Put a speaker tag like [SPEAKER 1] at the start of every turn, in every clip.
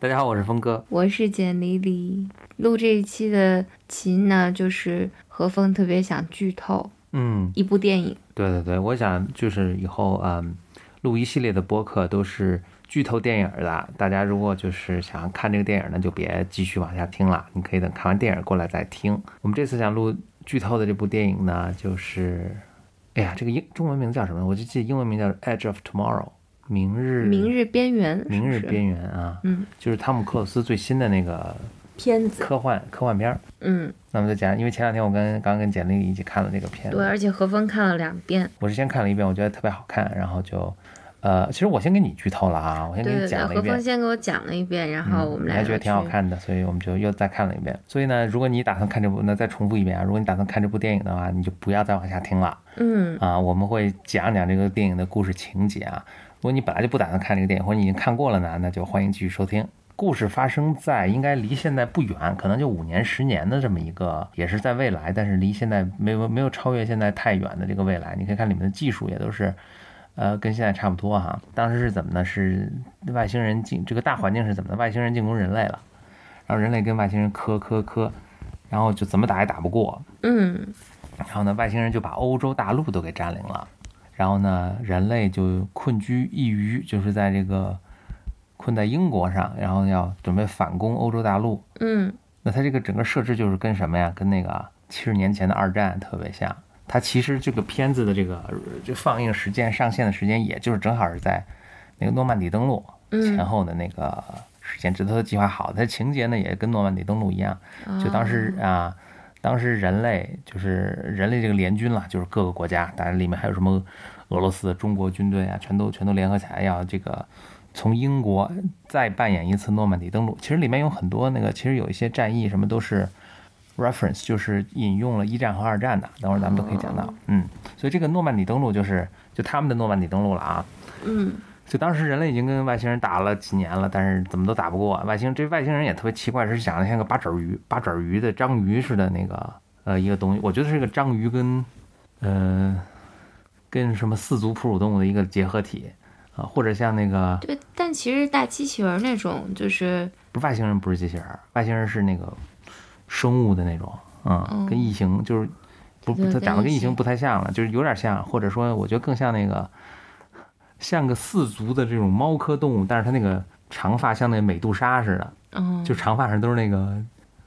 [SPEAKER 1] 大家好，我是峰哥。
[SPEAKER 2] 我是简黎黎。录这一期的琴呢，就是何峰特别想剧透
[SPEAKER 1] 嗯，
[SPEAKER 2] 一部电影，
[SPEAKER 1] 对对对，我想就是以后嗯，录一系列的播客都是剧透电影的，大家如果就是想看这个电影呢，就别继续往下听了，你可以等看完电影过来再听。我们这次想录剧透的这部电影呢，就是，哎呀，这个英中文名叫什么？我就记得英文名叫《Edge of Tomorrow》，明日
[SPEAKER 2] 《明日边缘》是
[SPEAKER 1] 嗯明
[SPEAKER 2] 不
[SPEAKER 1] 日
[SPEAKER 2] 是？
[SPEAKER 1] 边缘啊，
[SPEAKER 2] 嗯
[SPEAKER 1] 就是汤姆克鲁斯最新的那个
[SPEAKER 2] 片子，
[SPEAKER 1] 科幻科幻片儿。
[SPEAKER 2] 嗯，
[SPEAKER 1] 那么再讲，因为前两天我跟刚跟简历一起看了那个片
[SPEAKER 2] 对，
[SPEAKER 1] 子，
[SPEAKER 2] 而且何峰看了两遍。
[SPEAKER 1] 我是先看了一遍，我觉得特别好看，然后就，呃，其实我先给你剧透了啊，我先
[SPEAKER 2] 对
[SPEAKER 1] 给你
[SPEAKER 2] 对对，
[SPEAKER 1] 讲了一
[SPEAKER 2] 何
[SPEAKER 1] 遍
[SPEAKER 2] 峰，先给我讲了一遍，然后我们
[SPEAKER 1] 嗯你
[SPEAKER 2] 俩
[SPEAKER 1] 还觉得挺好
[SPEAKER 2] 去。
[SPEAKER 1] 看的，所以我们就又再看了一遍。所以呢，如果你打算看这部，那再重复一遍啊，如果你打算看这部电影的话，你就不要再往下听了
[SPEAKER 2] 嗯，
[SPEAKER 1] 啊，我们会讲讲这个电影的故事情节啊。如果你本来就不打算看这个电影，或者你已经看过了呢，那就欢迎继续收听。故事发生在应该离现在不远，可能就五年、十年的这么一个，也是在未来，但是离现在没有没有超越现在太远的这个未来。你可以看里面的技术也都是，呃，跟现在差不多哈。当时是怎么呢？是外星人进这个大环境是怎么的？外星人进攻人类了，然后人类跟外星人磕磕磕，然后就怎么打也打不过，
[SPEAKER 2] 嗯，
[SPEAKER 1] 然后呢，外星人就把欧洲大陆都给占领了，然后呢，人类就困居一隅，就是在这个困在英国上，然后要准备反攻欧洲大陆。
[SPEAKER 2] 嗯，
[SPEAKER 1] 那它这个整个设置就是跟什么呀？跟那个啊七十年前的二战特别像。它其实这个片子的这个呃这放映时间上线的时间，也就是正好是在那个诺曼底登陆
[SPEAKER 2] 嗯
[SPEAKER 1] 前后的那个时间，这都计划好的。它情节呢也跟诺曼底登陆一样，就当时啊，当时人类就是人类这个联军了，就是各个国家，当然里面还有什么俄罗斯、中国军队啊，全都全都联合起来要这个从英国再扮演一次诺曼底登陆。其实里面有很多那个，其实有一些战役什么都是 reference，就是引用了一战和二战的，等会儿咱们都可以讲到。嗯，所以这个诺曼底登陆就是就他们的诺曼底登陆了啊。
[SPEAKER 2] 嗯，
[SPEAKER 1] 就当时人类已经跟外星人打了几年了，但是怎么都打不过外星。这外星人也特别奇怪，是长得像个八爪鱼、八爪鱼的章鱼似的那个呃一个东西，我觉得是个章鱼跟呃跟什么四足哺乳动物的一个结合体啊、或者像那个
[SPEAKER 2] 对，但其实大机器人儿那种就是，
[SPEAKER 1] 不是外星人不是机器人儿，外星人是那个生物的那种，嗯，
[SPEAKER 2] 嗯
[SPEAKER 1] 跟异形就是不
[SPEAKER 2] 对
[SPEAKER 1] 它
[SPEAKER 2] 跟
[SPEAKER 1] 长得跟
[SPEAKER 2] 异
[SPEAKER 1] 异形
[SPEAKER 2] 形
[SPEAKER 1] 不太像了，就是有点像，或者说我觉得更像那个像个四足的这种猫科动物，但是它那个长发像那美杜莎似的，
[SPEAKER 2] 嗯，
[SPEAKER 1] 就长发上都是那个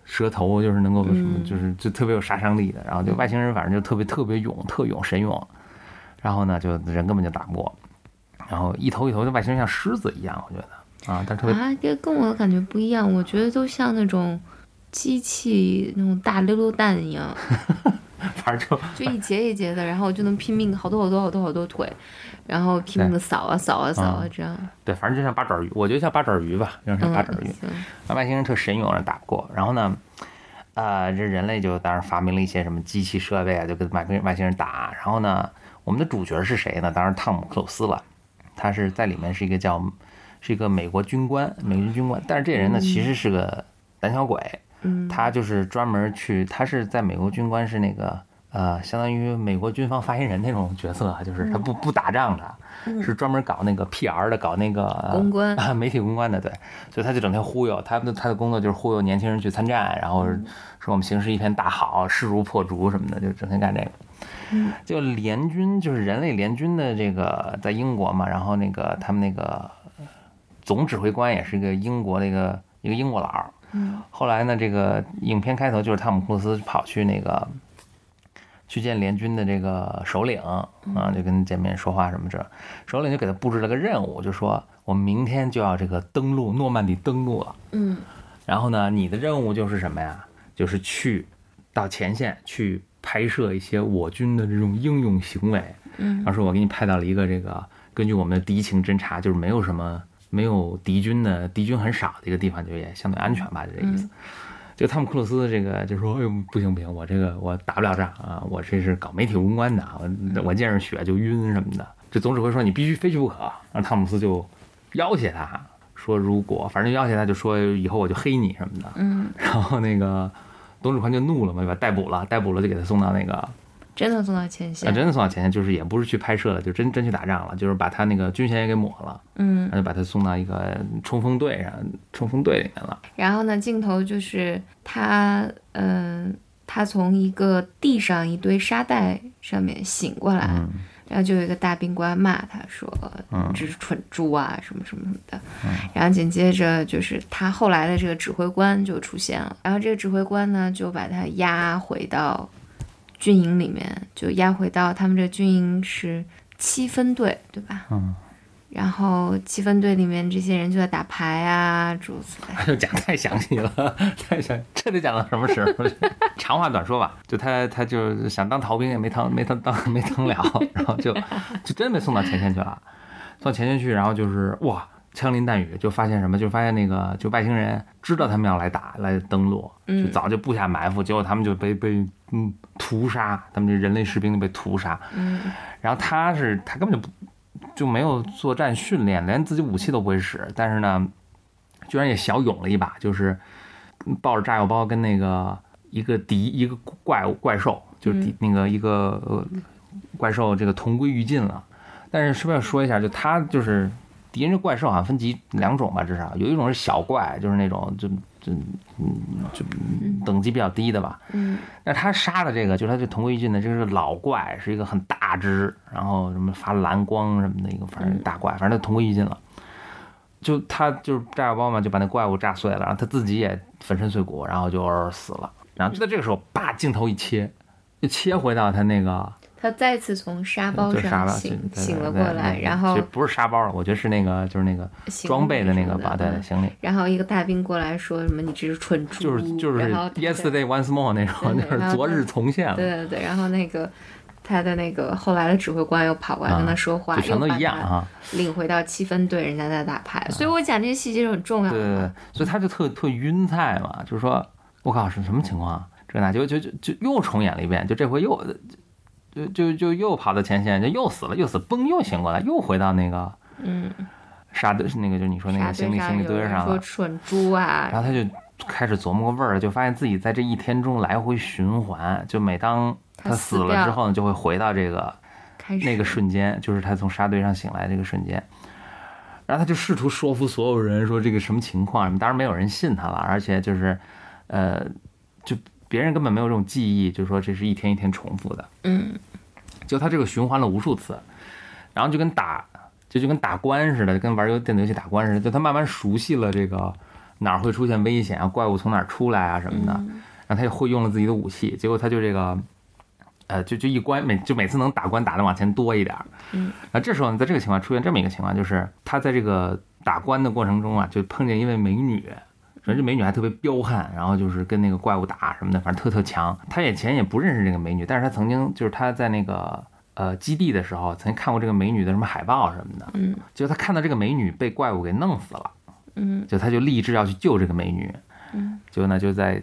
[SPEAKER 1] 蛇头，就是能够什么，
[SPEAKER 2] 嗯
[SPEAKER 1] 就是就特别有杀伤力的。然后就外星人反正就特别特别勇，特勇神勇，然后呢就人根本就打不过，然后一头一头的外星人像狮子一样，我觉得啊，但是特别
[SPEAKER 2] 啊，这跟我感觉不一样，我觉得都像那种机器那种大溜溜蛋一样，
[SPEAKER 1] 反正就
[SPEAKER 2] 就一节一节的，然后我就能拼命好多好多好多好多腿，然后拼命的扫啊扫啊扫啊
[SPEAKER 1] 嗯
[SPEAKER 2] 这样。
[SPEAKER 1] 对，反正就像八爪鱼，我觉得像八爪鱼吧，有点像
[SPEAKER 2] 嗯，
[SPEAKER 1] 八爪鱼。
[SPEAKER 2] 行
[SPEAKER 1] 那外星人特神勇，打不过。然后呢，呃，这人类就当然发明了一些什么机器设备啊，就跟外星外星人打。然后呢，我们的主角是谁呢？当然汤姆克鲁斯了，他是在里面是一个叫是一个美国军官，美军军官。但是这人呢，其实是个胆小鬼，
[SPEAKER 2] 嗯
[SPEAKER 1] 他就是专门去，他是在美国军官是那个呃，相当于美国军方发言人那种角色啊，就是他
[SPEAKER 2] 嗯
[SPEAKER 1] 不不打仗的，是专门搞那个 PR 的，搞那个
[SPEAKER 2] 公关
[SPEAKER 1] 啊，媒体公关的，对，所以他就整天忽悠，他的他的工作就是忽悠年轻人去参战，然后
[SPEAKER 2] 嗯
[SPEAKER 1] 说我们形势一片大好，势如破竹什么的，就整天干这个。
[SPEAKER 2] 嗯
[SPEAKER 1] 就联军就是人类联军的这个在英国嘛，然后那个他们那个总指挥官也是一个英国的一个一个英国佬儿。后来呢，这个影片开头就是汤姆·克鲁斯跑去那个去见联军的这个首领啊，就跟见面说话什么这，首领就给他布置了个任务，就说我们明天就要这个登陆诺曼底登陆了。
[SPEAKER 2] 嗯
[SPEAKER 1] 然后呢，你的任务就是什么呀？就是去到前线去拍摄一些我军的这种英勇行为。
[SPEAKER 2] 嗯
[SPEAKER 1] 当时我给你派到了一个这个，根据我们的敌情侦察，就是没有什么没有敌军的，敌军很少的一个地方，就也相对安全吧，就这意思。就汤姆克鲁斯这个就说，哎呦不行不行，我这个我打不了仗啊，我这是搞媒体公关的，我我见着血就晕什么的。这总指挥说你必须非去不可，然后汤姆斯就要挟他说，如果反正就要挟他，就说以后我就黑你什么的。
[SPEAKER 2] 嗯，
[SPEAKER 1] 然后那个董指挥就怒了嘛，就把逮捕了，逮捕了就给他送到那个
[SPEAKER 2] 真的送到前
[SPEAKER 1] 啊，
[SPEAKER 2] 线，
[SPEAKER 1] 真的送到前线，就是也不是去拍摄了，就真真去打仗了，就是把他那个军衔也给抹了，
[SPEAKER 2] 嗯
[SPEAKER 1] 然，后就把他送到一个冲锋队上，冲锋队里面了。
[SPEAKER 2] 然后呢，镜头就是他，嗯、他从一个地上一堆沙袋上面醒过来，然后就有一个大宾官骂他说：“
[SPEAKER 1] 嗯
[SPEAKER 2] 你这是蠢猪啊，什么什么什么的。然后紧接着就是他后来的这个指挥官就出现了，然后这个指挥官呢就把他押回到军营里面，就押回到他们这个军营是七分队，对吧？
[SPEAKER 1] 嗯。
[SPEAKER 2] 然后七分队里面这些人就在打牌啊，诸如此类。
[SPEAKER 1] 哎呦， 讲太详细了，太详，这得讲到什么时候去？ 长话短说吧，就他他就想当逃兵也没当没当当没当了，然后就就真被送到前线去了，送到前线去，然后就是哇，枪林弹雨，就发现什么？就发现那个就外星人知道他们要来打来登陆，就早就布下埋伏，结果他们就被被嗯屠杀，他们这人类士兵就被屠杀，
[SPEAKER 2] 嗯
[SPEAKER 1] 然后他是他根本就不就没有作战训练，连自己武器都不会使，但是呢，居然也小勇了一把，就是抱着炸药包跟那个一个敌一个怪物怪兽，就是敌、那个一个、呃、怪兽这个同归于尽了。但是顺便说一下，就他就是敌人这怪兽好像分几两种吧，至少有一种是小怪，就是那种就就嗯就等级比较低的吧，
[SPEAKER 2] 嗯
[SPEAKER 1] 那他杀的这个，就是他这同归于尽的，这个是老怪，是一个很大只，然后什么发蓝光什么的一个，反
[SPEAKER 2] 嗯
[SPEAKER 1] 正大怪，反正他同归于尽了。就他就是炸药包嘛，就把那怪物炸碎了，然后他自己也粉身碎骨，然后就死了。然后就在这个时候，叭，镜头一切，就切回到他那个，
[SPEAKER 2] 他再次从沙包
[SPEAKER 1] 嗯就是沙
[SPEAKER 2] 上
[SPEAKER 1] 包
[SPEAKER 2] 醒
[SPEAKER 1] 对
[SPEAKER 2] 醒了
[SPEAKER 1] 对
[SPEAKER 2] 过来，
[SPEAKER 1] 对
[SPEAKER 2] 然
[SPEAKER 1] 其
[SPEAKER 2] 后
[SPEAKER 1] 实不是沙包了，我觉得是那个就是那个
[SPEAKER 2] 行
[SPEAKER 1] 装备的那
[SPEAKER 2] 什
[SPEAKER 1] 个
[SPEAKER 2] 么
[SPEAKER 1] 吧，对，
[SPEAKER 2] 嗯
[SPEAKER 1] 行李。
[SPEAKER 2] 然后一个大兵过来说什么“你这是蠢猪”，
[SPEAKER 1] 就是就是
[SPEAKER 2] 嗯然后他的
[SPEAKER 1] yesterday once more 那种，
[SPEAKER 2] 对
[SPEAKER 1] 就是
[SPEAKER 2] 然后
[SPEAKER 1] 昨
[SPEAKER 2] 他
[SPEAKER 1] 日重现了。
[SPEAKER 2] 对对对，然后那个他的那个后来的指挥官又跑过来跟他说
[SPEAKER 1] 啊
[SPEAKER 2] 话，
[SPEAKER 1] 就全都一样啊，
[SPEAKER 2] 领回到七分队，人家在打牌，所以我讲这些细节是很重要
[SPEAKER 1] 对对对
[SPEAKER 2] 的。，
[SPEAKER 1] 所以他就特特晕菜嘛，就是说我靠是什么情况啊？这那就就就就又重演了一遍，就这回又就就就又跑到前线，就又死了，又死，嘣又醒过来，又回到那个
[SPEAKER 2] 嗯，
[SPEAKER 1] 沙堆那个就你说那
[SPEAKER 2] 沙
[SPEAKER 1] 个行
[SPEAKER 2] 堆
[SPEAKER 1] 李行
[SPEAKER 2] 上
[SPEAKER 1] 李
[SPEAKER 2] 有
[SPEAKER 1] 堆
[SPEAKER 2] 人
[SPEAKER 1] 上
[SPEAKER 2] 说
[SPEAKER 1] 了，
[SPEAKER 2] 蠢猪啊，
[SPEAKER 1] 然后他就开始琢磨个味儿，就发现自己在这一天中来回循环，就每当他
[SPEAKER 2] 他
[SPEAKER 1] 死
[SPEAKER 2] 死
[SPEAKER 1] 了
[SPEAKER 2] 掉
[SPEAKER 1] 之后呢，就会回到这个
[SPEAKER 2] 开始
[SPEAKER 1] 那个瞬间，就是他从沙堆上醒来这个瞬间。然后他就试图说服所有人说这个什么情况，当然没有人信他了，而且就是，呃，就别人根本没有这种记忆，就说这是一天一天重复的，
[SPEAKER 2] 嗯
[SPEAKER 1] 就他这个循环了无数次，然后就跟打就就跟打官似的，跟玩游电子游戏打官似的，就他慢慢熟悉了这个哪儿会出现危险啊，怪物从哪儿出来啊什么的，然后他也会用了自己的武器，结果他就这个，呃，就就一关每就每次能打关打的往前多一点，
[SPEAKER 2] 嗯，
[SPEAKER 1] 啊，这时候呢，在这个情况出现这么一个情况，就是他在这个打关的过程中啊，就碰见一位美女。首先，这美女还特别彪悍，然后就是跟那个怪物打什么的，反正特特强。他以前也不认识这个美女，但是他曾经就是他在那个呃基地的时候，曾经看过这个美女的什么海报什么的。
[SPEAKER 2] 嗯
[SPEAKER 1] 就他看到这个美女被怪物给弄死了，
[SPEAKER 2] 嗯
[SPEAKER 1] 就他就立志要去救这个美女，
[SPEAKER 2] 嗯，
[SPEAKER 1] 就呢就在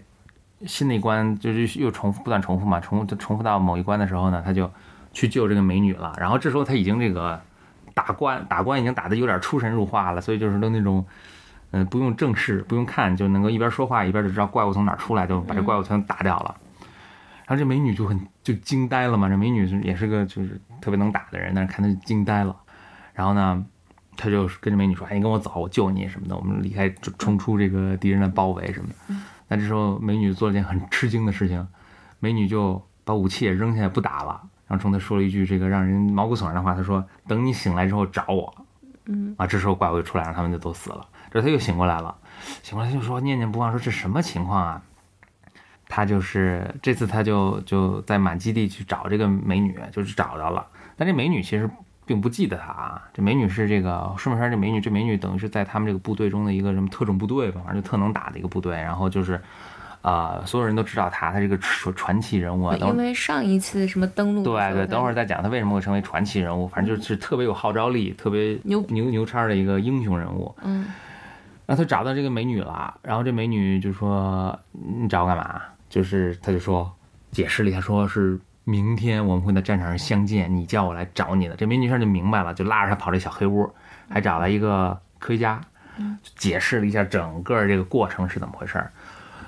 [SPEAKER 1] 新的一关就是又重复不断重复嘛，重复就重复到某一关的时候呢，他就去救这个美女了，然后这时候他已经这个打关打关已经打得有点出神入化了，所以就是都那种。嗯，不用正视，不用看，就能够一边说话一边就知道怪物从哪儿出来，就把这怪物全打掉
[SPEAKER 2] 嗯
[SPEAKER 1] 了。然后这美女就很就惊呆了嘛，这美女是也是个就是特别能打的人，但是看她就惊呆了。然后呢，他就跟这美女说：“哎，你跟我走，我救你什么的，我们离开，冲冲出这个敌人的包围什么的。”那这时候美女做了件很吃惊的事情，美女就把武器也扔下来不打了，然后冲他说了一句这个让人毛骨悚然的话，他说：“等你醒来之后找我。”
[SPEAKER 2] 嗯
[SPEAKER 1] 啊，这时候怪物就出来了，他们就都死了。这他又醒过来了，醒过来就说念念不忘，说这什么情况啊？他就是这次他就就在满基地去找这个美女，就是找着了。但这美女其实并不记得他啊，这美女是这个顺本山这美女，这美女等于是在他们这个部队中的一个什么特种部队吧，反正就特能打的一个部队。然后就是，呃，所有人都知道他，他是个传传奇人物啊。等
[SPEAKER 2] 因为上一次什么登陆
[SPEAKER 1] 嗯
[SPEAKER 2] 的时
[SPEAKER 1] 对
[SPEAKER 2] 候
[SPEAKER 1] 对，
[SPEAKER 2] 他
[SPEAKER 1] 等会儿再讲他为什么会成为传奇人物，反正就是特别有号召力、特别
[SPEAKER 2] 牛
[SPEAKER 1] 牛牛叉的一个英雄人物。
[SPEAKER 2] 嗯
[SPEAKER 1] 然后他找到这个美女了，然后这美女就说：“嗯你找我干嘛？”就是他就说解释了一下，说是明天我们会在战场上相见，你叫我来找你的。这美女一下就明白了，就拉着他跑这小黑屋，还嗯找了一个科学家，就解释了一下整个这个过程是怎么回事儿。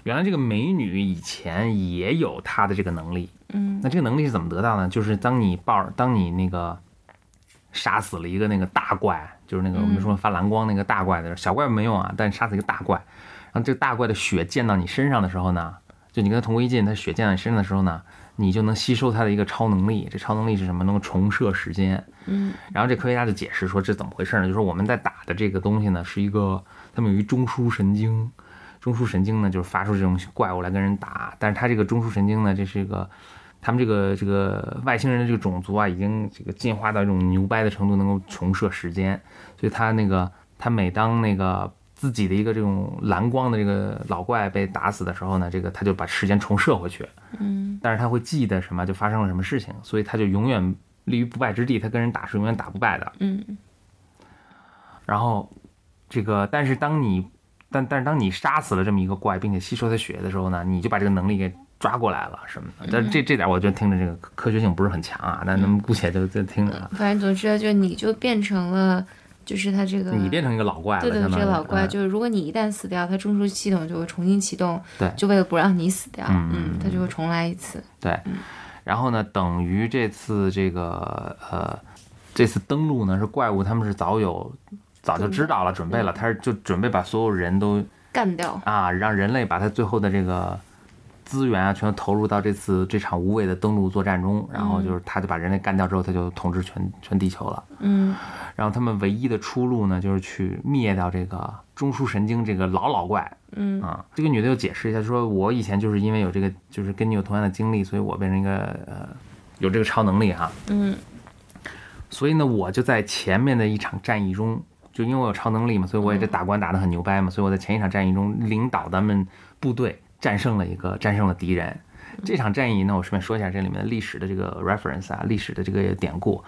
[SPEAKER 1] 原来这个美女以前也有她的这个能力。
[SPEAKER 2] 嗯
[SPEAKER 1] 那这个能力是怎么得到呢？就是当你抱，当你那个杀死了一个那个大怪，就是那个我们说发蓝光那个大怪的时候，小怪没用啊，但是杀死一个大怪，然后这个大怪的血溅到你身上的时候呢，就你跟他同归于尽，他血溅到你身上的时候呢，你就能吸收他的一个超能力。这超能力是什么？能够重设时间。
[SPEAKER 2] 嗯
[SPEAKER 1] 然后这科学家就解释说这怎么回事呢？就是我们在打的这个东西呢，是一个他们有一中枢神经，中枢神经呢就是发出这种怪物来跟人打，但是它这个中枢神经呢，这是一个他们这个这个外星人的这个种族啊，已经这个进化到一种牛掰的程度，能够重设时间，所以他那个他每当那个。自己的一个这种蓝光的这个老怪被打死的时候呢，这个他就把时间重设回去，
[SPEAKER 2] 嗯
[SPEAKER 1] 但是他会记得什么就发生了什么事情，所以他就永远立于不败之地，他跟人打是永远打不败的。
[SPEAKER 2] 嗯
[SPEAKER 1] 然后这个，但是当你但但是当你杀死了这么一个怪，并且吸收他血的时候呢，你就把这个能力给抓过来了什么的。但是
[SPEAKER 2] 嗯
[SPEAKER 1] 这这点我觉得听着这个科科学性不是很强啊，但咱们姑且就就听着啊。
[SPEAKER 2] 反正总之就你就变成了，就是他这个
[SPEAKER 1] 你变成一个老怪了，
[SPEAKER 2] 对对，
[SPEAKER 1] 相
[SPEAKER 2] 这
[SPEAKER 1] 当于
[SPEAKER 2] 个老怪
[SPEAKER 1] 嗯
[SPEAKER 2] 就是，如果你一旦死掉，它中枢系统就会重新启动，
[SPEAKER 1] 对
[SPEAKER 2] 就为了不让你死掉，
[SPEAKER 1] 嗯
[SPEAKER 2] 嗯，它就会重来一次，
[SPEAKER 1] 对，然后呢，等于这次这个呃，这次登陆呢是怪物，他们是早有早就知道了，准备了，他是就准备把所有人都
[SPEAKER 2] 干掉，
[SPEAKER 1] 啊，让人类把他最后的这个资源啊，全都投入到这次这场无谓的登陆作战中，然后就是他就把人类干掉之后，他就统治全全地球了。
[SPEAKER 2] 嗯
[SPEAKER 1] 然后他们唯一的出路呢，就是去灭掉这个中枢神经这个老老怪。
[SPEAKER 2] 嗯
[SPEAKER 1] 啊，这个女的又解释一下，说我以前就是因为有这个，就是跟你有同样的经历，所以我变成一个呃有这个超能力哈、
[SPEAKER 2] 嗯
[SPEAKER 1] 所以呢，我就在前面的一场战役中，就因为我有超能力嘛，所以
[SPEAKER 2] 嗯
[SPEAKER 1] 我也这打关打得很牛掰嘛，所以我在前一场战役中领导咱们部队战胜了一个战胜了敌人。这场战役呢，我顺便说一下这里面的历史的这个 reference 啊，历史的这个典故。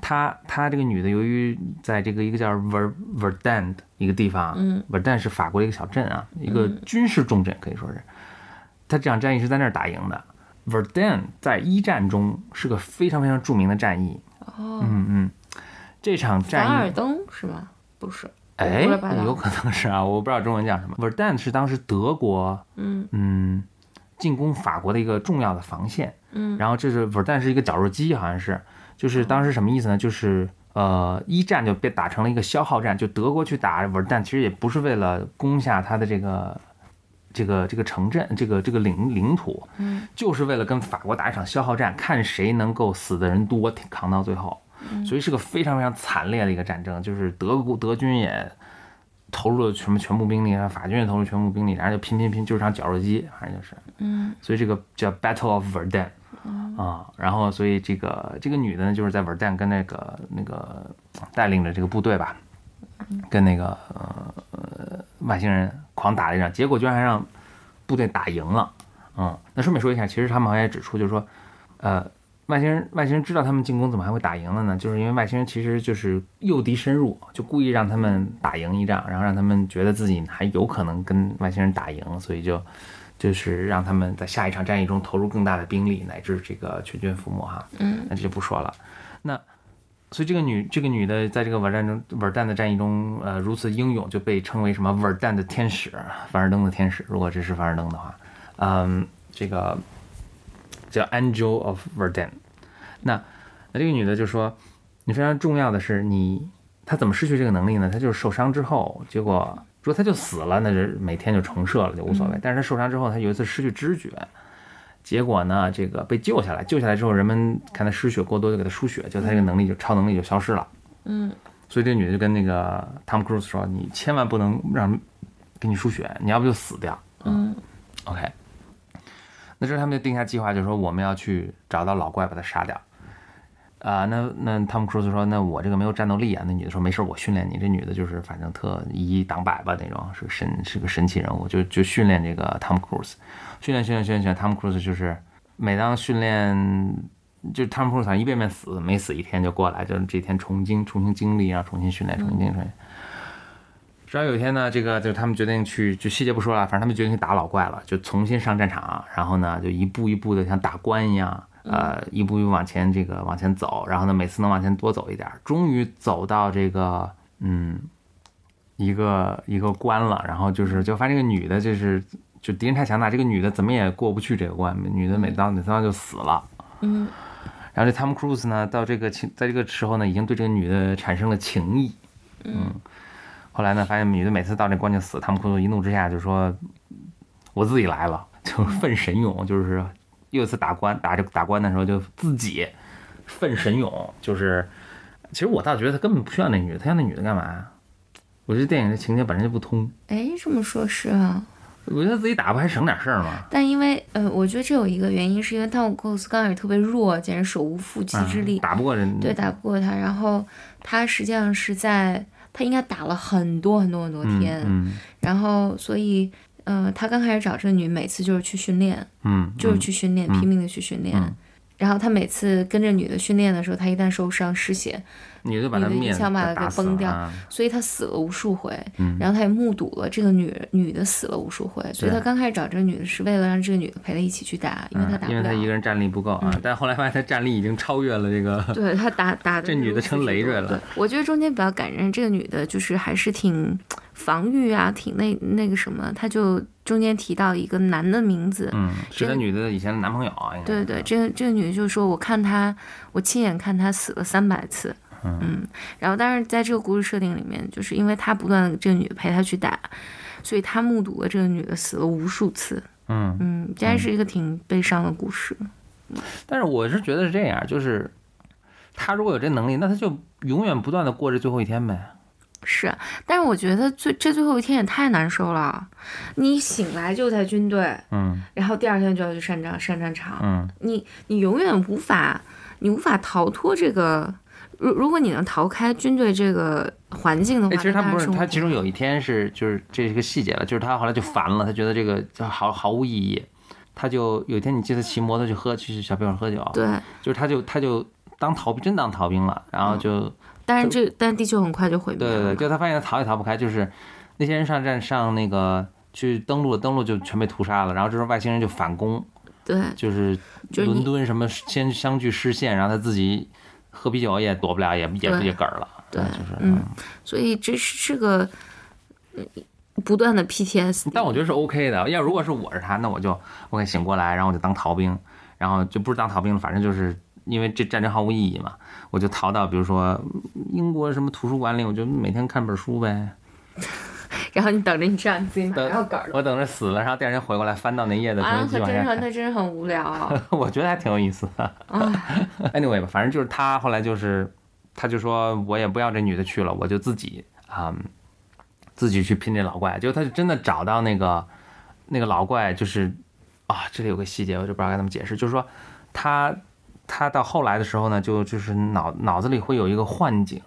[SPEAKER 1] 她她这个女的，由于在这个一个叫 Ver Verdun 的一个地方，
[SPEAKER 2] 嗯
[SPEAKER 1] ，Verdun 是法国的一个小镇啊，一个军事重镇可以说是。她这场战役是在那儿打赢的。Verdun 在一战中是个非常非常著名的战役，
[SPEAKER 2] 哦，
[SPEAKER 1] 嗯嗯，这场
[SPEAKER 2] 凡
[SPEAKER 1] 战
[SPEAKER 2] 尔
[SPEAKER 1] 役，
[SPEAKER 2] 登是吗？不是，
[SPEAKER 1] 哎
[SPEAKER 2] 胡说八道，
[SPEAKER 1] 有可能是啊，我 不知道中文叫什么。Verdun 是当时德国，
[SPEAKER 2] 嗯
[SPEAKER 1] 嗯，进攻法国的一个重要的防线。
[SPEAKER 2] 嗯
[SPEAKER 1] 然后这是 Verdun 是一个绞肉机，好像是，就是当时什么意思呢？就是呃，一战就被打成了一个消耗战，就德国去打 Verdun，其实也不是为了攻下它的这个。这个这个城镇，这个这个领领土，
[SPEAKER 2] 嗯
[SPEAKER 1] 就是为了跟法国打一场消耗战，看谁能够死的人多，扛到最后。所以是个非常非常惨烈的一个战争，就是德国德军也投入了什么全部兵力，法军也投入全部兵力，然后就拼拼拼，就是场绞肉机，反正就是，
[SPEAKER 2] 嗯
[SPEAKER 1] 所以这个叫 Battle of Verdun 啊、然后所以这个这个女的呢，就是在 Verdun 跟那个那个带领着这个部队吧，跟那个呃呃外星人狂打了一仗，结果居然还让部队打赢了，嗯，那顺便说一下，其实他们好像也指出，就是说，呃，外星人外星人知道他们进攻，怎么还会打赢了呢？就是因为外星人其实就是诱敌深入，就故意让他们打赢一仗，然后让他们觉得自己还有可能跟外星人打赢，所以就就是让他们在下一场战役中投入更大的兵力，乃至这个全军覆没哈。
[SPEAKER 2] 嗯
[SPEAKER 1] 那这就不说了。那所以这个女这个女的在这个稳战中稳战的战役中，呃，如此英勇，就被称为什么稳战的天使，凡尔登的天使。如果这是凡尔登的话，嗯，这个叫 Angel of Verdun。那那这个女的就说，你非常重要的是你，她怎么失去这个能力呢？她就是受伤之后，结果如果她就死了，那就每天就重设了，就无所谓。但是她受伤之后，她有一次失去知觉，结果呢，这个被救下来，救下来之后，人们看她失血过多，就给她输血，就她这个能力就超能力就消失了。
[SPEAKER 2] 嗯
[SPEAKER 1] 所以这个女的就跟那个汤姆·克鲁斯说：“你千万不能让人给你输血，你要不就死掉。”
[SPEAKER 2] 嗯
[SPEAKER 1] OK，那之后他们就定下计划，就是说我们要去找到老怪，把他杀掉。啊、那那汤姆·克鲁斯说：“那我这个没有战斗力啊。”那女的说：“没事，我训练你。”这女的就是反正特以一挡百吧那种，是个神是个神奇人物，就就训练这个汤姆·克鲁斯，训练训练训练训练汤姆·克鲁斯就是每当训练。就汤姆·克鲁斯好像一遍遍死，每死一天就过来，就是这天重新重新经历，然后重新训练，重新经历。重新直到有一天呢，这个就是他们决定去，就细节不说了，反正他们决定去打老怪了，就重新上战场，然后呢，就一步一步的像打关一样，呃，一步一步往前这个往前走，然后呢，每次能往前多走一点，终于走到这个嗯一个一个关了，然后就是就发现这个女的就是就敌人太强大，这个女的怎么也过不去这个关，女的每到每到就死了。
[SPEAKER 2] 嗯，
[SPEAKER 1] 然后这 Tom Cruise 呢，到这个情，在这个时候呢，已经对这个女的产生了情意。嗯，后来呢，发现女的每次到这关就死，Tom Cruise 一怒之下就说：“我自己来了。”
[SPEAKER 2] 嗯
[SPEAKER 1] 就是奋神勇，就是又一次打关打这打关的时候就自己奋神勇，就是其实我倒觉得他根本不需要那女的，他要那女的干嘛呀？我觉得电影的情节本身就不通，
[SPEAKER 2] 哎，这么说是啊，
[SPEAKER 1] 我觉得自己打不还省点事儿吗？
[SPEAKER 2] 但因为呃，我觉得这有一个原因，是因为 Tom Cruise 刚开始特别弱，简直手无缚鸡之力，
[SPEAKER 1] 嗯打不过人，
[SPEAKER 2] 对，打不过他。然后他实际上是在他应该打了很多很多很多
[SPEAKER 1] 嗯
[SPEAKER 2] 天，
[SPEAKER 1] 嗯
[SPEAKER 2] 然后所以呃，他刚开始找这个女，每次就是去训练，
[SPEAKER 1] 嗯，
[SPEAKER 2] 就是
[SPEAKER 1] 嗯
[SPEAKER 2] 去训练，
[SPEAKER 1] 嗯
[SPEAKER 2] 拼命的去训练。
[SPEAKER 1] 嗯
[SPEAKER 2] 然后他每次跟着女的训练的时候，他一旦受伤失血，
[SPEAKER 1] 女的把他
[SPEAKER 2] 女的一
[SPEAKER 1] 灭，
[SPEAKER 2] 枪把他
[SPEAKER 1] 打
[SPEAKER 2] 给
[SPEAKER 1] 死
[SPEAKER 2] 崩
[SPEAKER 1] 了
[SPEAKER 2] 掉
[SPEAKER 1] 啊
[SPEAKER 2] 所以他死了无数回。
[SPEAKER 1] 嗯
[SPEAKER 2] 然后他也目睹了这个女女的死了无数回，所
[SPEAKER 1] 对
[SPEAKER 2] 以他刚开始找这个女的是为了让这个女的陪他一起去打，因为他打
[SPEAKER 1] 嗯，
[SPEAKER 2] 不
[SPEAKER 1] 因为他一
[SPEAKER 2] 了。嗯
[SPEAKER 1] 个人战力不够啊，但后来发现他战力已经超越了这 个，
[SPEAKER 2] 对他打打的
[SPEAKER 1] 这女的成累赘了
[SPEAKER 2] 对，我觉得中间比较感人，这个女的就是还是挺防御啊，挺那那个什么，她就中间提到一个男的名字，
[SPEAKER 1] 嗯，是
[SPEAKER 2] 这
[SPEAKER 1] 他
[SPEAKER 2] 个
[SPEAKER 1] 女的以前的男朋友啊，应该
[SPEAKER 2] 对
[SPEAKER 1] 是
[SPEAKER 2] 对，这个这个女的就说，我看她，我亲眼看她死了三百次。嗯，然后但是在这个故事设定里面，就是因为他不断的这个女的陪他去打，所以他目睹了这个女的死了无数次。
[SPEAKER 1] 嗯，
[SPEAKER 2] 嗯，这还是一个挺悲伤的故事。
[SPEAKER 1] 但是我是觉得是这样，就是他如果有这能力，那他就永远不断的过这最后一天呗。
[SPEAKER 2] 是，但是我觉得最这最后一天也太难受了。你醒来就在军队，
[SPEAKER 1] 嗯
[SPEAKER 2] 然后第二天就要去上战上战场，
[SPEAKER 1] 嗯，
[SPEAKER 2] 你你永远无法，你无法逃脱这个。如如果你能逃开军队这个环境的话，
[SPEAKER 1] 哎，其实他
[SPEAKER 2] 那嗯当
[SPEAKER 1] 不
[SPEAKER 2] 然
[SPEAKER 1] 是，
[SPEAKER 2] 我
[SPEAKER 1] 他其中有一天是就是这是个细节了，就是他后来就烦了，他觉得这个就毫毫无意义，他就有一天你记得骑摩托去喝去小朋友喝酒，啊
[SPEAKER 2] 对，
[SPEAKER 1] 就是他就他就当逃兵真当逃兵了，
[SPEAKER 2] 嗯
[SPEAKER 1] 然后就。
[SPEAKER 2] 但是这但是地球很快就毁灭
[SPEAKER 1] 对
[SPEAKER 2] 了
[SPEAKER 1] 对
[SPEAKER 2] 嘛。
[SPEAKER 1] 对，就他发现他逃也逃不开，就是那些人上战上那个去登陆了，登陆就全被屠杀了，然后这时候外星人就反攻，
[SPEAKER 2] 对
[SPEAKER 1] 就是
[SPEAKER 2] 就是你
[SPEAKER 1] 伦敦什么先相距失陷，然后他自己喝啤酒也躲不了，也也
[SPEAKER 2] 对
[SPEAKER 1] 也嗝儿了，
[SPEAKER 2] 对
[SPEAKER 1] 就是
[SPEAKER 2] 嗯。所以这是是个嗯不断的 PTSD。
[SPEAKER 1] 但我觉得是 OK 的，要如果是我是他，那我就 OK 醒过来，然后我就当逃兵，然后就不是当逃兵了，反正就是因为这战争毫无意义嘛，我就逃到比如说英国什么图书馆里，我就每天看本书呗，
[SPEAKER 2] 然后你等着你这样，你自己马上要嗝儿了。
[SPEAKER 1] 我等着死了，然后第二天回过来翻到那页的时
[SPEAKER 2] 啊，
[SPEAKER 1] 候，
[SPEAKER 2] 可
[SPEAKER 1] 基
[SPEAKER 2] 真
[SPEAKER 1] 本
[SPEAKER 2] 是
[SPEAKER 1] 上
[SPEAKER 2] 那真是很无聊啊、
[SPEAKER 1] 我觉得还挺有意思 的。anyway 吧，反正就是他后来就是，他就说我也不要这女的去了，我就自己啊、嗯自己去拼这老怪。结果他就真的找到那个那个老怪，就是啊，这里有个细节，我就不知道该怎么解释，就是说他他到后来的时候呢，就就是脑脑子里会有一个幻境，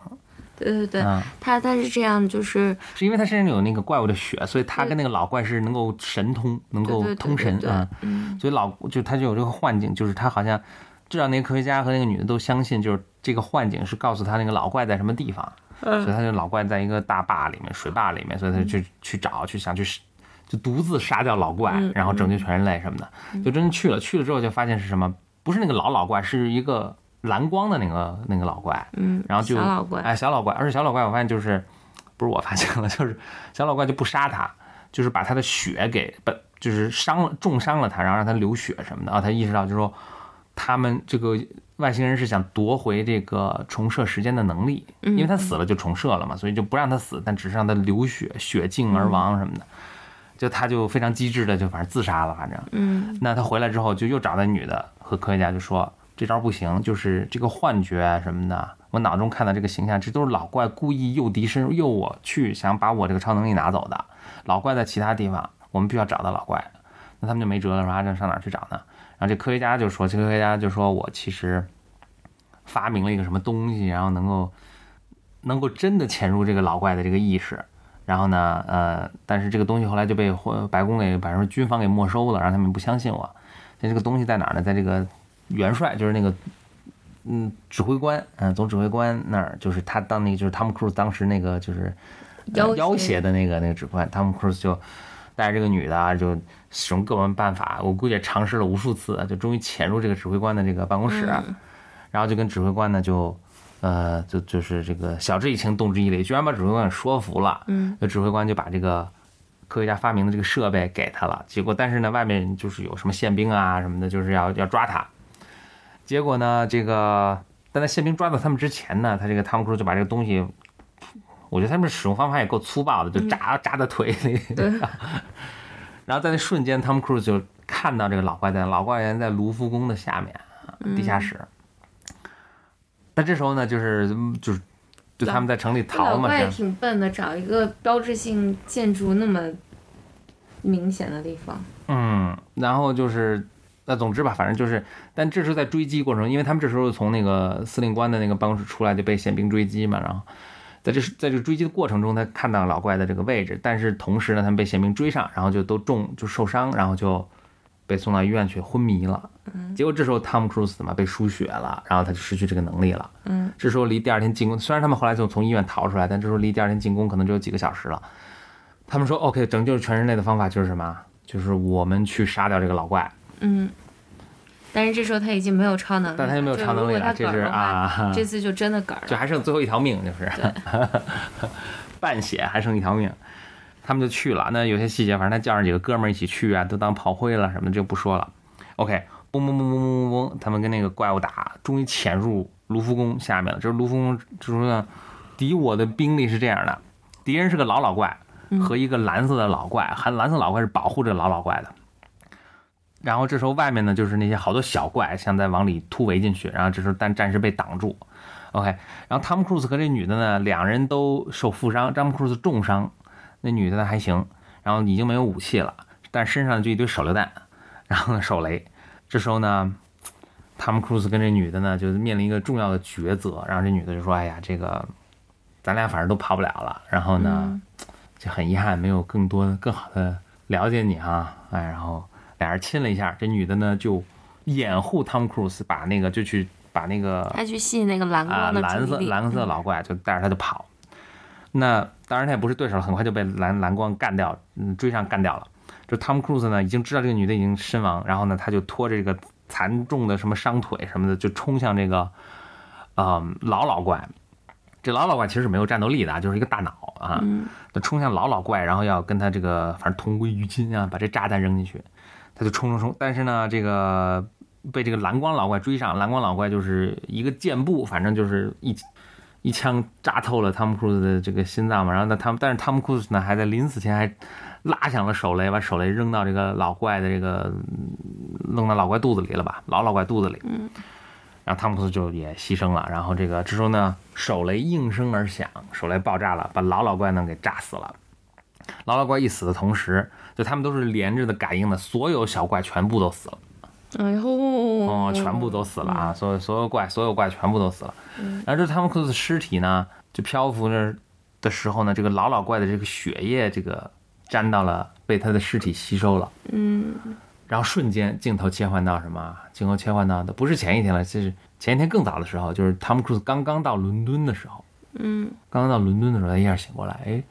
[SPEAKER 2] 对对对，
[SPEAKER 1] 嗯，
[SPEAKER 2] 他他是这样，就是
[SPEAKER 1] 是因为他身上有那个怪物的血，所以他跟那个老怪是能够神通，能
[SPEAKER 2] 对
[SPEAKER 1] 够
[SPEAKER 2] 对对
[SPEAKER 1] 通
[SPEAKER 2] 对
[SPEAKER 1] 神
[SPEAKER 2] 对
[SPEAKER 1] 啊。嗯
[SPEAKER 2] 嗯，
[SPEAKER 1] 所以老就他就有这个幻境，就是他好像至少那个科学家和那个女的都相信，就是这个幻境是告诉他那个老怪在什么地方，所以他就老怪在一个大坝里面、水坝里面，所以他就去去找，去想去就独自杀掉老怪，然后拯救全人类什么的，就真的去了，去了之后就发现是什么，不是那个老老怪，是一个蓝光的那个那个老怪，
[SPEAKER 2] 嗯，
[SPEAKER 1] 然后就
[SPEAKER 2] 小老怪，
[SPEAKER 1] 哎，小老怪，而且小老怪我发现就是，不是我发现了， 就是小老怪就不杀他，就是把他的血给不就是伤了重伤了他，然后让他流血什么的啊，他意识到就是说他们这个外星人是想夺回这个重设时间的能力，因
[SPEAKER 2] 嗯
[SPEAKER 1] 为他死了就重设了嘛，所以就不让他死，但只是让他流血
[SPEAKER 2] 嗯
[SPEAKER 1] 血尽而亡什么的。就他就非常机智的，就反正自杀了，反正，
[SPEAKER 2] 嗯，
[SPEAKER 1] 那他回来之后就又找那女的和科学家就说这招不行，就是这个幻觉啊什么的，我脑中看到这个形象，这都是老怪故意诱敌深入，诱我去想把我这个超能力拿走的。老怪在其他地方，我们必须要找到老怪。那他们就没辙了，说啊，这上哪儿去找呢？然后这科学家就说，这科学家就说我其实发明了一个什么东西，然后能够能够真的潜入这个老怪的这个意识。然后呢，呃，但是这个东西后来就被或白宫给，反正军方给没收了，然后他们不相信我。那这个东西在哪儿呢？在这个元帅，就是那个嗯指挥官，嗯、总指挥官那儿，就是他当那个就是汤姆克鲁斯当时那个就是
[SPEAKER 2] 要
[SPEAKER 1] 呃
[SPEAKER 2] 挟
[SPEAKER 1] 要挟的那个那个指挥官，汤姆克鲁斯就带着这个女的啊，就使用各种办法，我估计也尝试了无数次，就终于潜入这个指挥官的这个办公室，啊
[SPEAKER 2] 嗯
[SPEAKER 1] 然后就跟指挥官呢就。呃，就就是这个晓之以情，动之以理，居然把指挥官给说服了。
[SPEAKER 2] 嗯，
[SPEAKER 1] 那指挥官就把这个科学家发明的这个设备给他了，结果但是呢，外面就是有什么宪兵啊什么的，就是要要抓他。结果呢，这个但在宪兵抓到他们之前呢，他这个汤姆克鲁斯就把这个东西，我觉得他们使用方法也够粗暴的，就扎、扎在腿里。
[SPEAKER 2] 嗯对
[SPEAKER 1] 然后在那瞬间，汤姆克鲁斯就看到这个老怪诞，老怪诞在卢浮宫的下面
[SPEAKER 2] 嗯
[SPEAKER 1] 地下室。但这时候呢，就是就是就他们在城里逃
[SPEAKER 2] 老
[SPEAKER 1] 嘛，
[SPEAKER 2] 怪
[SPEAKER 1] 这
[SPEAKER 2] 也
[SPEAKER 1] 样
[SPEAKER 2] 挺笨的，找一个标志性建筑那么明显的地方，
[SPEAKER 1] 嗯，然后就是，那总之吧，反正就是，但这是在追击过程中，因为他们这时候从那个司令官的那个办公室出来，就被宪兵追击嘛，然后在这在这个追击的过程中，他看到老怪的这个位置，但是同时呢，他们被宪兵追上，然后就都中就受伤，然后就被送到医院去昏迷了。结果这时候汤姆·克鲁斯嘛被输血了，然后他就失去这个能力了。
[SPEAKER 2] 嗯，
[SPEAKER 1] 这时候离第二天进宫，虽然他们后来就从医院逃出来，但这时候离第二天进宫可能只有几个小时了。他们说，OK，拯救全人类的方法就是什么？就是我们去杀掉这个老怪，
[SPEAKER 2] 嗯。但是这时候他已经没有超能力了，
[SPEAKER 1] 但他又没有
[SPEAKER 2] 就
[SPEAKER 1] 超能力
[SPEAKER 2] 如果
[SPEAKER 1] 了，
[SPEAKER 2] 他
[SPEAKER 1] 这
[SPEAKER 2] 嗝
[SPEAKER 1] 是
[SPEAKER 2] 儿的话
[SPEAKER 1] 啊，
[SPEAKER 2] 这次就真的嗝儿
[SPEAKER 1] 就
[SPEAKER 2] 了。
[SPEAKER 1] 还剩最后一条命，就是 半血还剩一条命，他们就去了。那有些细节，反正他叫上几个哥们儿一起去啊，都当炮灰了什么的，就不说了。OK，嗡嗡嗡嗡嗡嗡嗡，他们跟那个怪物打，终于潜入卢浮宫下面了。这卢浮宫之中呢，敌我的兵力是这样的：敌人是个老老怪和一个蓝色的老怪，还蓝色老怪是保护着老老怪的。然后这时候外面呢，就是那些好多小怪，像在往里突围进去，然后这时候但暂时被挡住。OK，然后汤姆·克鲁斯和这女的呢，两人都受负伤，汤姆·克鲁斯重伤，那女的呢还行，然后已经没有武器了，但身上就一堆手榴弹，然后呢手雷。这时候呢，汤姆·克鲁斯跟这女的呢，就是面临一个重要的抉择，然后这女的就说：“哎呀，这个咱俩反正都跑不了了，然后
[SPEAKER 2] 嗯
[SPEAKER 1] 呢，就很遗憾没有更多更好的了解你啊，哎，然后俩人亲了一下，这女的呢就掩护汤姆·克鲁斯把那个就去把那个
[SPEAKER 2] 他去吸引那个蓝
[SPEAKER 1] 啊，
[SPEAKER 2] 光的
[SPEAKER 1] 蓝
[SPEAKER 2] 注
[SPEAKER 1] 色
[SPEAKER 2] 意力，嗯
[SPEAKER 1] 蓝色老怪就带着他就跑。那当然他也不是对手了，很快就被蓝蓝光干掉，嗯，追上干掉了。就汤姆·克鲁斯呢，已经知道这个女的已经身亡，然后呢，他就拖着这个残重的什么伤腿什么的，就冲向这个，嗯，老老怪。这老老怪其实是没有战斗力的啊，就是一个大脑啊，
[SPEAKER 2] 嗯
[SPEAKER 1] 就冲向老老怪，然后要跟他这个反正同归于尽啊，把这炸弹扔进去，他就冲冲冲。但是呢，这个被这个蓝光老怪追上，蓝光老怪就是一个箭步，反正就是一一枪扎透了汤姆·克鲁斯的这个心脏嘛。然后呢，他们但是汤姆·克鲁斯呢，还在临死前还拉响了手雷，把手雷扔到这个老怪的这个嗯弄到老怪肚子里了吧，老老怪肚子里。嗯。然后汤姆·克鲁斯就也牺牲了。然后这个这时候呢，手雷应声而响，手雷爆炸了，把老老怪呢给炸死了。老老怪一死的同时，就他们都是连着的感应的，所有小怪全部都死了。
[SPEAKER 2] 哎呦，
[SPEAKER 1] 哦，全
[SPEAKER 2] 嗯
[SPEAKER 1] 部都死了啊！所有所有怪，所有怪全部都死了。然后这汤姆克鲁斯尸体呢，就漂浮那儿的时候呢，这个老老怪的这个血液，这个沾到了，被他的尸体吸收了。
[SPEAKER 2] 嗯，
[SPEAKER 1] 然后瞬间镜头切换到什么？啊镜头切换到的不是前一天了，这是前一天更早的时候，就是汤姆克鲁斯刚刚到伦敦的时候。
[SPEAKER 2] 嗯，
[SPEAKER 1] 刚刚到伦敦的时候，他一下醒过来，哎，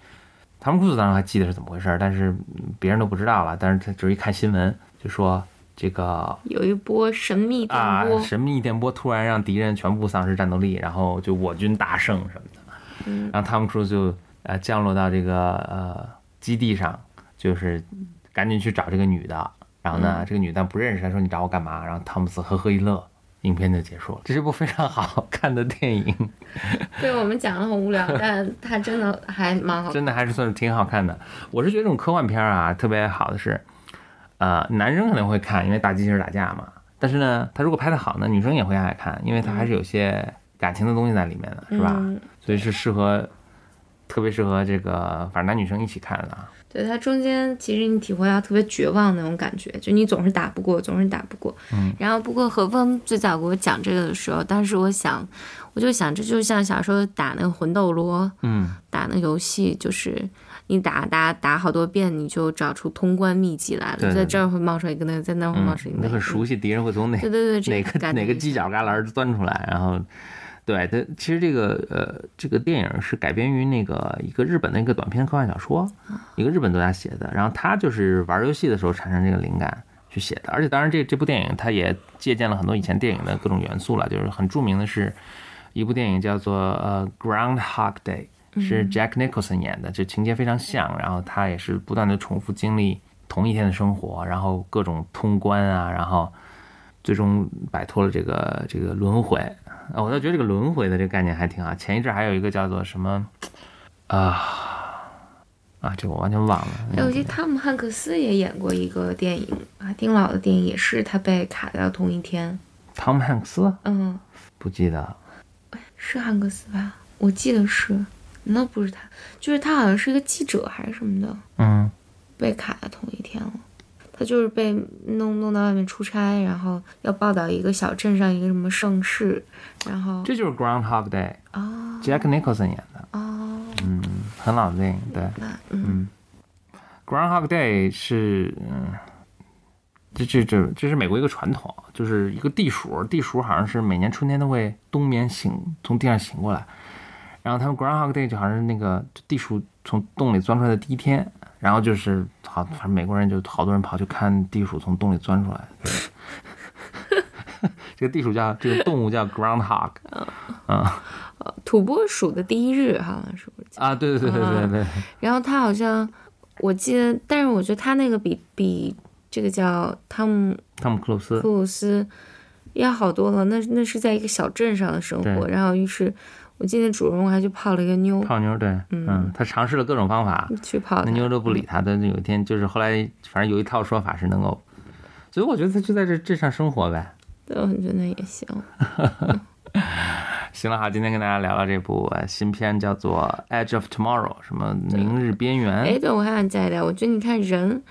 [SPEAKER 1] 汤姆·克鲁斯当时还记得是怎么回事儿，但是嗯别人都不知道了。但是他只是一看新闻，就说这个
[SPEAKER 2] 有一波神秘电
[SPEAKER 1] 啊
[SPEAKER 2] 波，，
[SPEAKER 1] 神秘电波突然让敌人全部丧失战斗力，然后就我军大胜什么的。
[SPEAKER 2] 嗯
[SPEAKER 1] 然后汤姆·克鲁斯就呃降落到这个呃基地上，就是赶紧去找这个女的。然后
[SPEAKER 2] 嗯
[SPEAKER 1] 呢，这个女的不认识，她说你找我干嘛？然后汤姆斯呵呵一乐，影片就结束了。这是一部非常好看的电影。
[SPEAKER 2] 对我们讲的很无 聊，但它真的还蛮好看的。
[SPEAKER 1] 真的还是算是挺好看的。我是觉得这种科幻片儿啊，特别好的是，呃，男生可能会看，因为打机器人打架嘛。但是呢，他如果拍的好呢，女生也会爱看，因为他还是有些感情的东西在里面的，是吧？
[SPEAKER 2] 嗯
[SPEAKER 1] 所以是适合，特别适合这个，反正男女生一起看的啊。
[SPEAKER 2] 对它中间，其实你体会到特别绝望那种感觉，就你总是打不过，总是打不过。嗯。然后，不过何峰最早给我讲这个的时候，当时我想，我就想，这就像小时候打那个魂斗罗，
[SPEAKER 1] 嗯，
[SPEAKER 2] 打那个游戏，就是你打打打好多遍，你就找出通关秘籍来了，
[SPEAKER 1] 对对嗯
[SPEAKER 2] 在这儿会冒出一个那个，在那儿会冒出一个、
[SPEAKER 1] 你
[SPEAKER 2] 那
[SPEAKER 1] 都
[SPEAKER 2] 个。
[SPEAKER 1] 很熟悉敌人会从哪
[SPEAKER 2] 对对对，这
[SPEAKER 1] 哪
[SPEAKER 2] 种
[SPEAKER 1] 个
[SPEAKER 2] 感觉
[SPEAKER 1] 哪个犄角旮旯儿钻出来，然后，对，它其实这个呃，这个电影是改编于那个一个日本的一个短篇科幻小说，
[SPEAKER 2] 啊
[SPEAKER 1] 一个日本作家写的，然后他就是玩游戏的时候产生这个灵感去写的，而且当然这这部电影它也借鉴了很多以前电影的各种元素了，就是很著名的是一部电影叫做呃《Groundhog Day》，
[SPEAKER 2] 嗯
[SPEAKER 1] 是 Jack Nicholson 演的，就情节非常像。然后他也是不断的重复经历同一天的生活，然后各种通关啊，然后最终摆脱了这个这个轮回。啊，我倒觉得这个轮回的这个概念还挺好。前一阵还有一个叫做什么啊啊，这我完全忘了。
[SPEAKER 2] 哎，我记得汤姆汉克斯也演过一个电影，还挺老的电影，也是他被卡到同一天。
[SPEAKER 1] 汤姆汉克斯
[SPEAKER 2] 嗯，
[SPEAKER 1] 不记得，
[SPEAKER 2] 是汉克斯吧？我记得是，那不是他，就是他好像是一个记者还是什么的，
[SPEAKER 1] 嗯
[SPEAKER 2] 被卡到同一天了。他就是被弄弄到外面出差，然后要报道一个小镇上一个什么盛世，然后
[SPEAKER 1] 这就是 Groundhog Day，Jack
[SPEAKER 2] 哦
[SPEAKER 1] Nicholson 演的，
[SPEAKER 2] 哦，
[SPEAKER 1] 很老的电影。对
[SPEAKER 2] 那嗯，
[SPEAKER 1] ，Groundhog Day 是嗯。这这这这是美国一个传统，就是一个地鼠，地鼠好像是每年春天都会冬眠醒，从地上醒过来，然后他们 Groundhog Day 就好像是那个就地鼠从洞里钻出来的第一天，然后就是好，反正美国人就好多人跑去看地鼠从洞里钻出来。对这个地鼠叫这个动物叫 Groundhog，
[SPEAKER 2] 土拨鼠的第一日好像是不是？
[SPEAKER 1] 啊，对对对对对对，
[SPEAKER 2] 然后他好像我记得，但是我觉得他那个比比这个叫汤姆
[SPEAKER 1] 汤姆克鲁斯
[SPEAKER 2] 克鲁斯要好多了。那那是在一个小镇上的生活，
[SPEAKER 1] 对
[SPEAKER 2] 然后于是我记得主人公还去泡了一个妞，
[SPEAKER 1] 泡妞，对，嗯他尝试了各种方法，
[SPEAKER 2] 去泡
[SPEAKER 1] 那
[SPEAKER 2] 的。
[SPEAKER 1] 妞都不理他。但是有一天，就是后来，反正有一套说法是能够，所以我觉得他就在这这上生活呗。
[SPEAKER 2] 对，我觉得也行。
[SPEAKER 1] 啊行了，好，今天跟大家聊聊这部呃新片，叫做《Edge of Tomorrow》，什么明日边缘。
[SPEAKER 2] 哎，对，我还想再聊，我觉得你看人，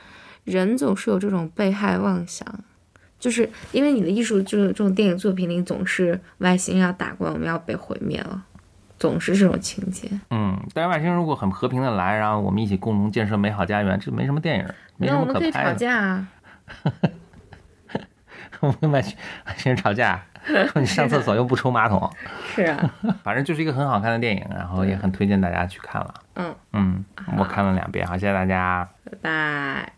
[SPEAKER 2] 人总是有这种被害妄想，就是因为你的艺术这种这种电影作品里总是外星要打过来，我们要被毁灭了，总是这种情节。
[SPEAKER 1] 嗯，但是外星人如果很和平的来，然后我们一起共同建设美好家园，这没什么电影，没什
[SPEAKER 2] 那我
[SPEAKER 1] 么
[SPEAKER 2] 们
[SPEAKER 1] 可
[SPEAKER 2] 可以吵
[SPEAKER 1] 拍的。
[SPEAKER 2] 架啊，
[SPEAKER 1] 我们跟外星外星人吵架，说你上厕所又不冲马桶，
[SPEAKER 2] 是啊，
[SPEAKER 1] 反正就是一个很好看的电影，然后也很推荐大家去看了。
[SPEAKER 2] 嗯，
[SPEAKER 1] 嗯，我看了两遍，好，谢谢大家。
[SPEAKER 2] 拜拜。